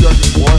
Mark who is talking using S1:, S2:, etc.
S1: Dragon Boy.